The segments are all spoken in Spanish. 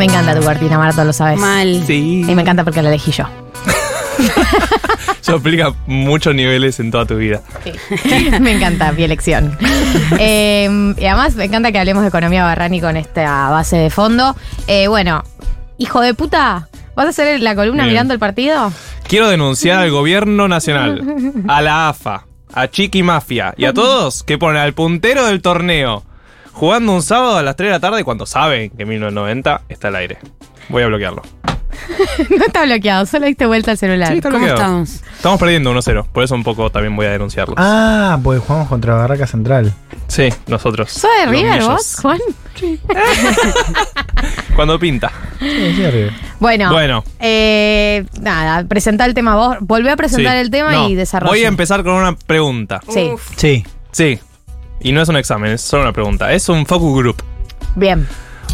encanta tu cortina, Marta, lo sabes. Mal. Sí. Y me encanta porque la elegí yo. Eso aplica muchos niveles en toda tu vida. me encanta mi elección. Eh, y además me encanta que hablemos de economía barrani con esta base de fondo. Eh, bueno, hijo de puta, ¿vas a hacer la columna Bien. mirando el partido? Quiero denunciar al gobierno nacional, a la AFA, a Chiqui Mafia y a todos que ponen al puntero del torneo jugando un sábado a las 3 de la tarde cuando saben que 1990 está al aire. Voy a bloquearlo. no está bloqueado, solo diste vuelta al celular. Sí, está ¿Cómo bloqueado. estamos? Estamos perdiendo 1-0, por eso un poco también voy a denunciarlo. Ah, pues jugamos contra Barraca Central. Sí, nosotros. ¿Sos de los River millos. vos, Juan? Cuando pinta. Sí, sí, arriba. Bueno. Bueno. eh, nada, presentá el tema vos. Volvé a presentar Sí. el tema No, y desarrollo. Voy a empezar con una pregunta. Sí, Sí. Sí. Y no es un examen, es solo una pregunta. Es un focus group. bien.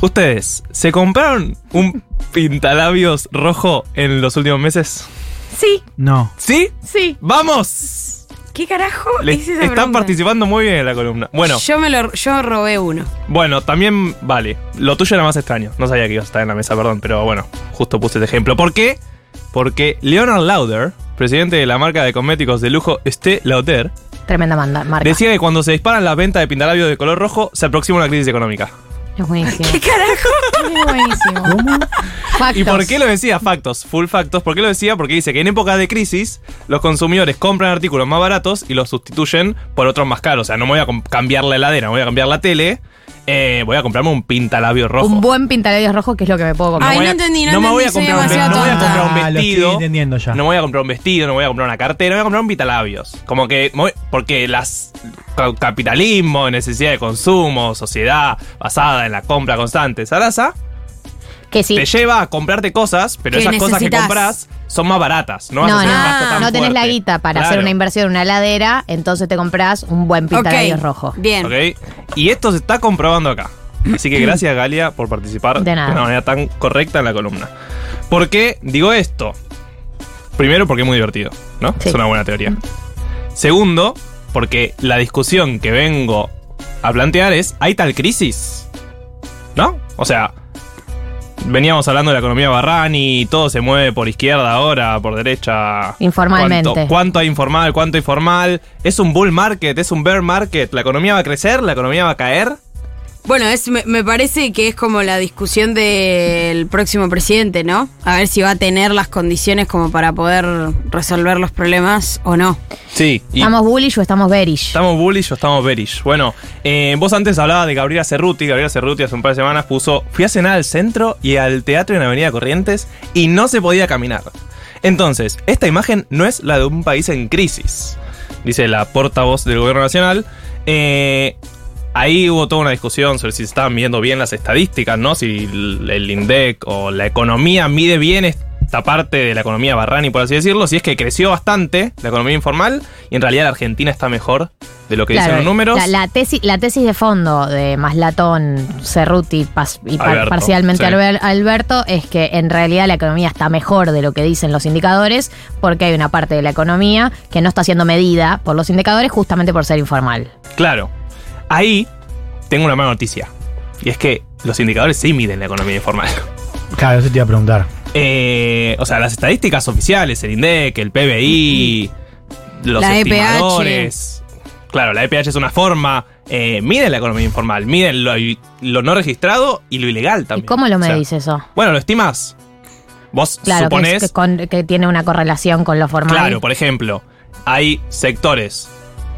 ¿Ustedes se compraron un pintalabios rojo en los últimos meses? Sí, No. ¿Sí? sí. ¡Vamos! ¿Qué carajo? Le- es esa están pregunta? participando muy bien en la columna. Bueno, Yo, me lo, yo robé uno. bueno, también vale. Lo tuyo era más extraño. No sabía que ibas a estar en la mesa, perdón, pero bueno, justo puse este ejemplo. ¿Por qué? Porque Leonard Lauder, presidente de la marca de cosméticos de lujo Estée Lauder, Tremenda manda, marca. decía que cuando se disparan las ventas de pintalabios de color rojo, se aproxima una crisis económica. Es buenísimo. ¿Qué carajo? Es buenísimo. Factos. ¿Y por qué lo decía? Factos, full factos. ¿Por qué lo decía? Porque dice que en época de crisis los consumidores compran artículos más baratos y los sustituyen por otros más caros. O sea, no me voy a com- cambiar la heladera, no voy a cambiar la tele, eh, voy a comprarme un pintalabio rojo. Un buen pintalabios rojo que es lo que me puedo comprar. Ay, voy no a- entendí, no me voy a entendí, comprar soy un demasiado ve- no voy a tonta. comprar un Ah, lo estoy vestido. entendiendo ya. No me voy a comprar un vestido, no me voy a comprar una cartera, me voy a comprar un pitalabios. Como que, me voy- porque las ca- capitalismo, necesidad de consumo, sociedad basada en la compra constante, zaraza, Que sí. te lleva a comprarte cosas, pero Que esas cosas que necesitas. compras son más baratas. No, vas a No, hacer no, un gasto ah, tan no tenés la fuerte. guita para hacer Claro. una inversión en una ladera, entonces te compras un buen pintalabios Ok, rojo. Bien. Ok. Y esto se está comprobando acá. Así que gracias, Galia, por participar De nada. una manera tan correcta en la columna. ¿Por qué digo esto? Primero, porque es muy divertido, ¿no? Sí. Mm. Es una buena teoría. Segundo, porque la discusión que vengo a plantear es: ¿hay tal crisis? ¿No? O sea, veníamos hablando de la economía barrani, todo se mueve por izquierda ahora, por derecha. Informalmente. ¿Cuánto, cuánto hay informal, cuánto hay formal? ¿Es un bull market? ¿Es un bear market? ¿La economía va a crecer? ¿La economía va a caer? Bueno, es, me, me parece que es como la discusión del próximo presidente, ¿no? A ver si va a tener las condiciones como para poder resolver los problemas o no. Sí. Y ¿Estamos bullish o estamos bearish? ¿Estamos bullish o estamos bearish? Bueno, eh, vos antes hablabas de Gabriela Cerruti. Gabriela Cerruti hace un par de semanas puso, fui a cenar al centro y al teatro en Avenida Corrientes y no se podía caminar. Entonces, esta imagen no es la de un país en crisis, dice la portavoz del gobierno nacional. Eh, ahí hubo toda una discusión sobre si se estaban midiendo bien las estadísticas, ¿no? Si el el INDEC o la economía mide bien esta parte de la economía barrani, por así decirlo, si es que creció bastante la economía informal y en realidad la Argentina está mejor de lo que Claro, dicen los números. La, la tesis, la tesis de fondo de Maslatón, Cerruti pas- y par- Alberto, parcialmente sí. Alber- Alberto es que en realidad la economía está mejor de lo que dicen los indicadores porque hay una parte de la economía que no está siendo medida por los indicadores justamente por ser informal. Claro. Ahí tengo una mala noticia. Y es que los indicadores sí miden la economía informal. Claro, eso te iba a preguntar. Eh, o sea, las estadísticas oficiales, el INDEC, el PBI, los La EPH. estimadores. Claro, la EPH es una forma. Eh, miden la economía informal, miden lo, lo no registrado y lo ilegal también. ¿Y cómo lo O sea, medís eso? Bueno, lo estimas. Vos Claro, que es- suponés. que, con- que tiene una correlación con lo formal. Claro, por ejemplo, hay sectores,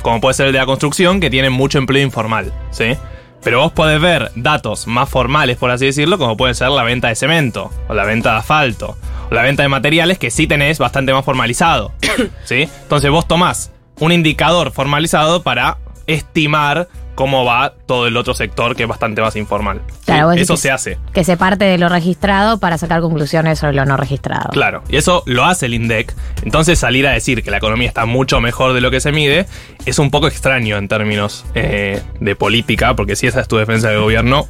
como puede ser el de la construcción, que tienen mucho empleo informal, ¿sí? Pero vos podés ver datos más formales, por así decirlo, como pueden ser la venta de cemento, o la venta de asfalto, o la venta de materiales que sí tenés bastante más formalizado, ¿sí? Entonces vos tomás un indicador formalizado para estimar cómo va todo el otro sector que es bastante más informal. ¿sí? Claro, vos Eso decís- se hace. Que se parte de lo registrado para sacar conclusiones sobre lo no registrado. Claro, y eso lo hace el INDEC. Entonces salir a decir que la economía está mucho mejor de lo que se mide es un poco extraño en términos eh, de política, porque si esa es tu defensa de gobierno,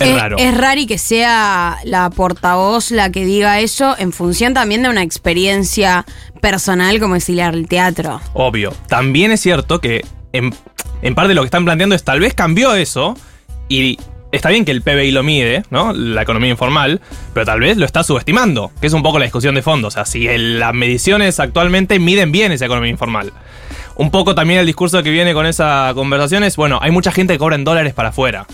es, raro. Eh, Es raro y que sea la portavoz la que diga eso en función también de una experiencia personal como es ir al teatro. Obvio. También es cierto que en, en parte lo que están planteando es tal vez cambió eso y está bien que el PBI lo mide, ¿no? La economía informal, pero tal vez lo está subestimando, que es un poco la discusión de fondo. O sea, si el- las mediciones actualmente miden bien esa economía informal. Un poco también el discurso que viene con esa conversación es, bueno, hay mucha gente que cobra en dólares para afuera.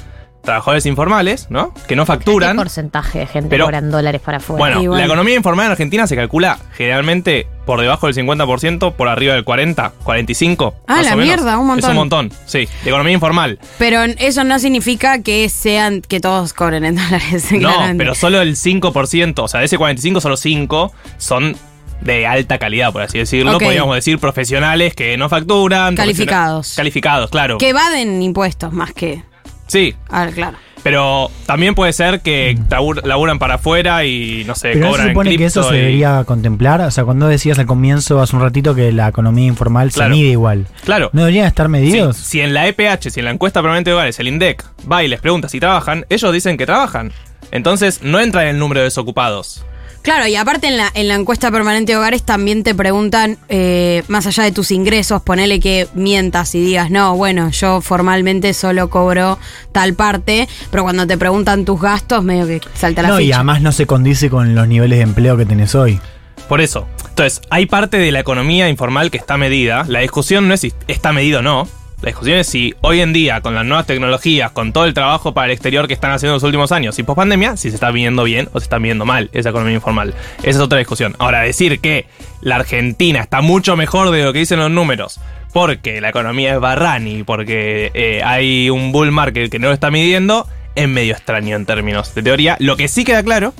Trabajadores informales, ¿no? Que no ¿Qué facturan. porcentaje de gente Pero- cobran dólares para afuera? Bueno, Igual. la economía informal en Argentina se calcula generalmente por debajo del 50%, por arriba del 40, 45. Ah, más la o menos. mierda, un Es montón. un montón, sí. de Economía informal. Pero eso no significa que sean que todos cobren en dólares. No, claramente. pero solo el 5%, o sea, de ese 45, solo 5 son de alta calidad, por así decirlo. Ok. Podríamos decir profesionales que no facturan. Calificados. profesiona- Calificados, claro. Que evaden impuestos más que. Sí, Ah, claro. pero también puede ser que tabur- laburan para afuera y, no sé, Mm. Pero no cobran se en supone que eso cripto se y- debería contemplar. O sea, cuando decías al comienzo hace un ratito que la economía informal Claro. se mide igual. Claro. ¿No deberían estar medidos? Sí, si en la EPH, si en la encuesta permanente de hogares, el INDEC va y les pregunta si trabajan, ellos dicen que trabajan. Entonces no entra en el número de desocupados. Claro, y aparte en la, en la encuesta permanente de hogares también te preguntan, eh, más allá de tus ingresos, ponele que mientas y digas, no, bueno, yo formalmente solo cobro tal parte, pero cuando te preguntan tus gastos, medio que salta la No, y ficha. además no se condice con los niveles de empleo que tenés hoy. Por eso. Entonces, hay parte de la economía informal que está medida. La discusión no es si está medida o no. La discusión es si hoy en día, con las nuevas tecnologías, con todo el trabajo para el exterior que están haciendo en los últimos años y post pandemia, si se está viendo bien o se está viendo mal esa economía informal. Esa es otra discusión. Ahora, decir que la Argentina está mucho mejor de lo que dicen los números porque la economía es barrani, porque eh, hay un bull market que no lo está midiendo, es medio extraño en términos de teoría. Lo que sí queda claro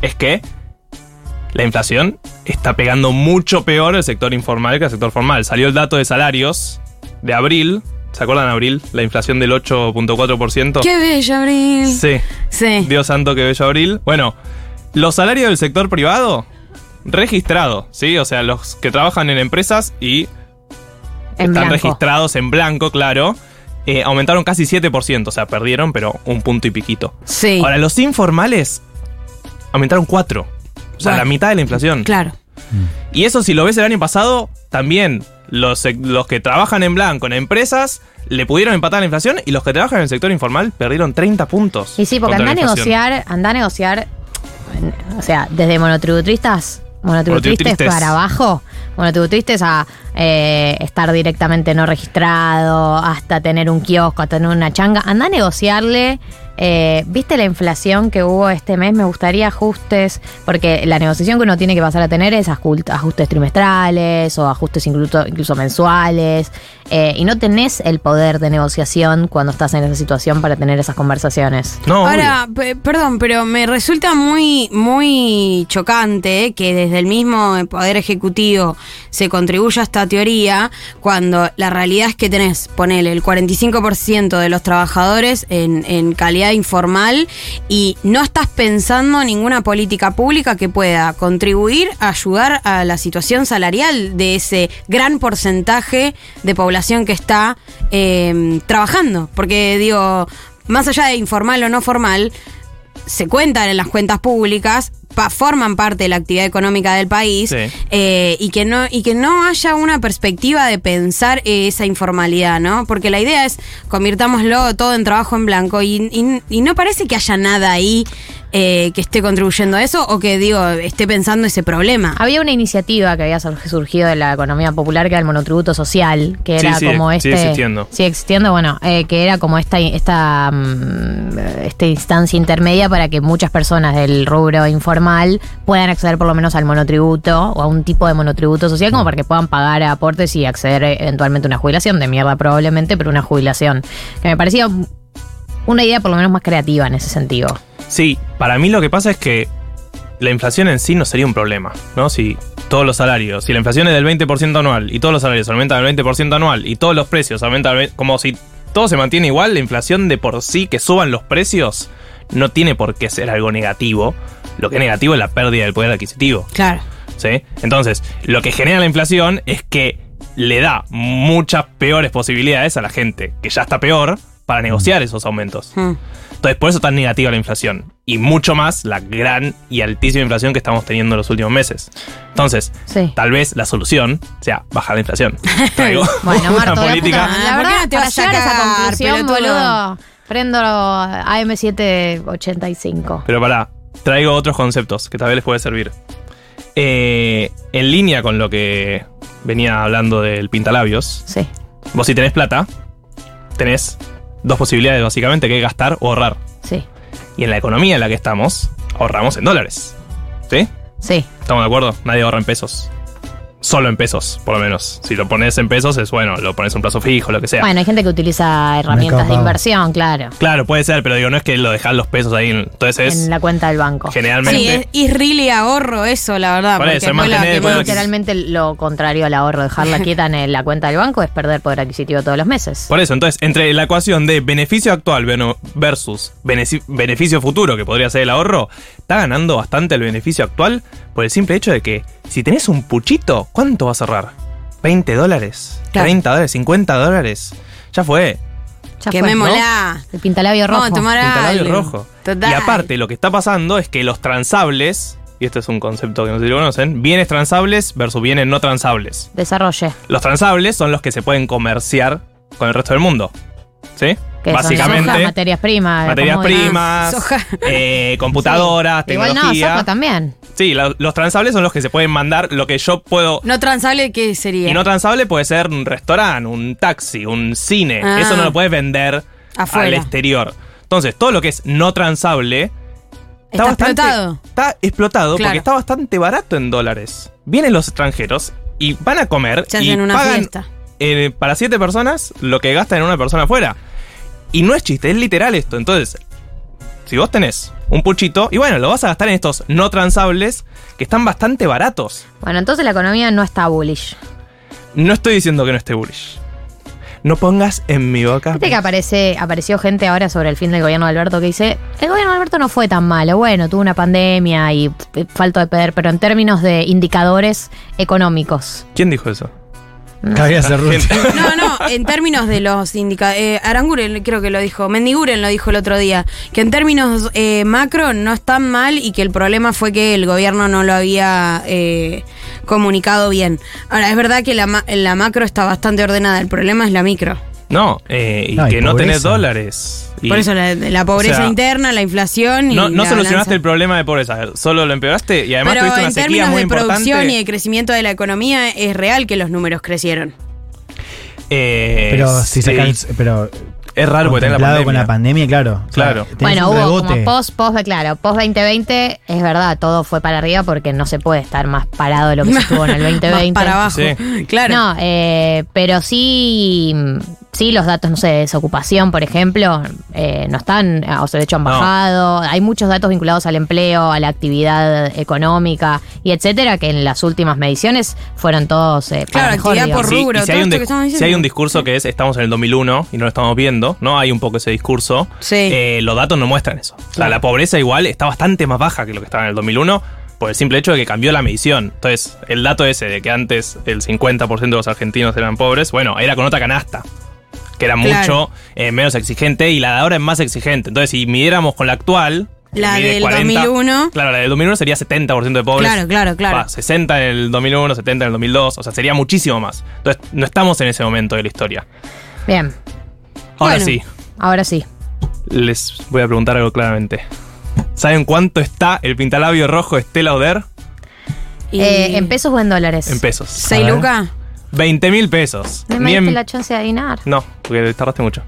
es que la inflación está pegando mucho peor el sector informal que el sector formal. Salió el dato de salarios de abril. ¿Se acuerdan abril? La inflación del 8.4%. ¡Qué bello, Abril! Sí. Sí. Dios santo que bello abril. Bueno, los salarios del sector privado registrado, ¿sí? O sea, los que trabajan en empresas y en están blanco. registrados en blanco, claro. eh, aumentaron casi 7%, o sea, perdieron, pero un punto y piquito. Sí. Ahora, los informales aumentaron 4. O sea, Bueno. la mitad de la inflación. Claro. Y eso si lo ves el año pasado, también los, sec- los que trabajan en blanco en empresas le pudieron empatar la inflación y los que trabajan en el sector informal perdieron 30 puntos. Y sí, porque contra anda la a inflación. negociar, anda a negociar, o sea, desde monotributistas, monotributistas Monotributistas. para abajo, monotributistas a eh, estar directamente no registrado, hasta tener un kiosco, hasta tener una changa, anda a negociarle. eh, ¿Viste la inflación que hubo este mes? Me gustaría ajustes, porque la negociación que uno tiene que pasar a tener es ajust- ajustes trimestrales o ajustes incluso, incluso mensuales, eh, y no tenés el poder de negociación cuando estás en esa situación para tener esas conversaciones. No, Ahora, pe- perdón, pero me resulta muy, muy chocante eh, que desde el mismo Poder Ejecutivo se contribuya a esta teoría cuando la realidad es que tenés, ponele, el 45% de los trabajadores en, en calidad informal y no estás pensando ninguna política pública que pueda contribuir a ayudar a la situación salarial de ese gran porcentaje de población que está eh, trabajando. Porque digo, más allá de informal o no formal, se cuentan en las cuentas públicas, pa- forman parte de la actividad económica del país Sí. eh, y, que no, y que no haya una perspectiva de pensar eh, esa informalidad, ¿no? Porque la idea es convirtámoslo todo en trabajo en blanco y, y- y no parece que haya nada ahí eh, que esté contribuyendo a eso o que, digo, esté pensando ese problema. Había una iniciativa que había sur- surgido de la economía popular que era el monotributo social, que Sí, era sí, como este. sigue existiendo. Sigue existiendo, bueno, eh, que era como esta, esta, mm, esta instancia intermedia para que muchas personas del rubro informal puedan acceder por lo menos al monotributo o a un tipo de monotributo social, como para que puedan pagar aportes y acceder eh, eventualmente a una jubilación, de mierda probablemente, pero una jubilación. Que me parecía una idea por lo menos más creativa en ese sentido. Sí, para mí lo que pasa es que la inflación en sí no sería un problema, ¿no? Si todos los salarios, si la inflación es del 20% anual y todos los salarios aumentan del 20% anual y todos los precios aumentan, al ve- como si todo se mantiene igual, la inflación de por sí que suban los precios no tiene por qué ser algo negativo. Lo que es negativo es la pérdida del poder adquisitivo. Claro. ¿sí? Entonces, lo que genera la inflación es que le da muchas peores posibilidades a la gente que ya está peor para negociar esos aumentos. Mm. Entonces, por eso tan negativa la inflación. Y mucho más la gran y altísima inflación que estamos teniendo en los últimos meses. Entonces, Sí. tal vez la solución sea bajar la inflación. Traigo Bueno, una Marto, la, política. puta- Ah, la ¿por qué verdad, no te para vas a llegar a esa sacar, conclusión, pelotudo? boludo, Prendo AM785. Pero pará, traigo otros conceptos que tal vez les puede servir. Eh, en línea con lo que venía hablando del pintalabios, Sí. vos si tenés plata, tenés dos posibilidades básicamente, que es gastar o ahorrar. Sí. Y en la economía en la que estamos, ahorramos en dólares. ¿Sí? Sí. ¿Estamos de acuerdo? Nadie ahorra en pesos. Solo en pesos, por lo menos. Si lo pones en pesos, es bueno, lo pones en un plazo fijo, lo que sea. Bueno, hay gente que utiliza herramientas de Pago. inversión, claro. Claro, puede ser, pero digo, no es que lo dejas los pesos ahí. Entonces es En la cuenta del banco. Sí, es, generalmente. es really ahorro eso, la verdad. Por porque eso, es después la mantener, quemás. bueno, Literalmente lo contrario al ahorro, dejarla quieta en la cuenta del banco es perder poder adquisitivo todos los meses. Por eso, entonces, entre la ecuación de beneficio actual bueno, versus beneci- beneficio futuro, que podría ser el ahorro, está ganando bastante el beneficio actual por el simple hecho de que si tenés un puchito, ¿cuánto vas a ahorrar? ¿20 dólares? Claro. ¿30 dólares? ¿50 dólares? Ya fue. Ya fue, ¿no? Quemémosla. El pintalabio rojo. Vamos a tomar Pintalabio algo. rojo. Total. Y aparte, lo que está pasando es que los transables, y este es un concepto que no sé si lo conocen, bienes transables versus bienes no transables. Desarrolle. Los transables son los que se pueden comerciar con el resto del mundo. ¿sí? Que Son soja, Básicamente, materias primas. materias como- primas, Soja. eh, Sí. computadoras, Igual no, tecnología. soja también. sí, la- los transables son los que se pueden mandar lo que yo puedo. No transable, ¿qué sería? Y no transable puede ser un restaurante, un taxi, un cine. Ah. Eso no lo puedes vender Afuera. al exterior. Entonces, todo lo que es no transable Está explotado. Está explotado Claro. porque está bastante barato en dólares. Vienen los extranjeros y van a comer Se y hacen una pagan fiesta. eh, para siete personas lo que gastan en una persona afuera. Y no es chiste, es literal esto. Entonces, si vos tenés un puchito, y bueno, lo vas a gastar en estos no transables que están bastante baratos. Bueno, entonces la economía no está bullish. No estoy diciendo que no esté bullish. No pongas en mi boca. Viste que aparece, apareció gente ahora sobre el fin del gobierno de Alberto que dice, el gobierno de Alberto no fue tan malo, bueno, tuvo una pandemia y eh, falta de poder, pero en términos de indicadores económicos. ¿Quién dijo eso? Cabría ser Ruth. Gente- No, no, en términos de los indicadores. Aranguren creo que lo dijo, Mendiguren lo dijo el otro día, que en términos eh, macro no están mal y que el problema fue que el gobierno no lo había eh, comunicado bien. Ahora, es verdad que la, ma- la macro está bastante ordenada, el problema es la micro. No, eh, y No, y que no tenés pobreza. dólares. Y- Por eso la, la pobreza o sea, interna, la inflación y No, no la solucionaste balanza. el problema de pobreza, solo lo empeoraste y además Pero tuviste una en sequía términos muy de producción y importante. de crecimiento de la economía es real que los números crecieron. Eh, Pero sí. si sacas. Pero. Es raro porque tenés la pandemia. contemplado con la pandemia, claro. O sea, Claro. tenés Bueno, un hubo como rebote. post, post, claro, post 2020, es verdad, todo fue para arriba porque no se puede estar más parado de lo que se estuvo en el 2020. Más para abajo. Sí. Claro. No, eh, pero sí, sí los datos, no sé, de desocupación, por ejemplo, eh, no están, o sea, de hecho han No. bajado. Hay muchos datos vinculados al empleo, a la actividad económica y etcétera, que en las últimas mediciones fueron todos eh, para Claro, mejor, actividad digamos. por Sí, rubro, y si, todo hay un esto dis- que estamos diciendo. si hay un discurso que es estamos en el 2001 y no lo estamos viendo, ¿no? Hay un poco ese discurso. Sí. Eh, los datos no muestran eso. O sea, la pobreza igual está bastante más baja que lo que estaba en el 2001 por el simple hecho de que cambió la medición. Entonces, el dato ese de que antes el 50% de los argentinos eran pobres, bueno, era con otra canasta. Que era Claro. mucho eh, menos exigente y la de ahora es más exigente. Entonces, si midiéramos con la actual. que La mide del 2001. Claro, la del 2001 sería 70% de pobres. Claro, claro, claro. Va, 60 en el 2001, 70 en el 2002, o sea, sería muchísimo más. Entonces, no estamos en ese momento de la historia. Bien, Ahora Bueno. sí, ahora sí. les voy a preguntar algo claramente. ¿Saben cuánto está el pintalabio rojo Estela Oder? Y- Eh, ¿En pesos o en dólares? En pesos. ¿Seis A ver. lucas? 20 mil pesos. No me Ni diste en- la chance de adivinar. No, porque tardaste mucho.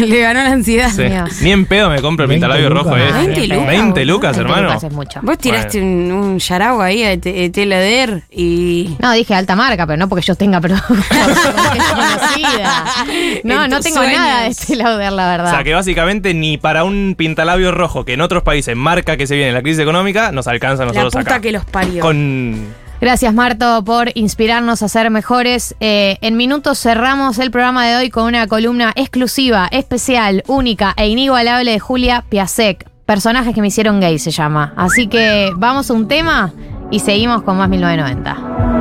Le ganó la ansiedad. Sí. Dios. Ni en pedo me compro el 20 pintalabio rojo. lucas, eh. Ah, ¿veinte bien, lucas? bien. 20 lucas, 20 hermano. es mucho. Vos tiraste un, un yaragua ahí a E Te- a Tela Der y. No, dije alta marca, pero no porque yo tenga productos porque es conocida. No, En no tus tengo nada de sueños. este lauder, la O verdad. sea que básicamente ni para un pintalabio rojo que en otros países marca que se viene la crisis económica, nos alcanza a La nosotros puta acá. que los parió. Con Gracias, Marto, por inspirarnos a ser mejores. Eh, en minutos cerramos el programa de hoy con una columna exclusiva, especial, única e inigualable de Julia Piasek. Personajes que me hicieron gay se llama. Así que vamos a un tema y seguimos con más 1990.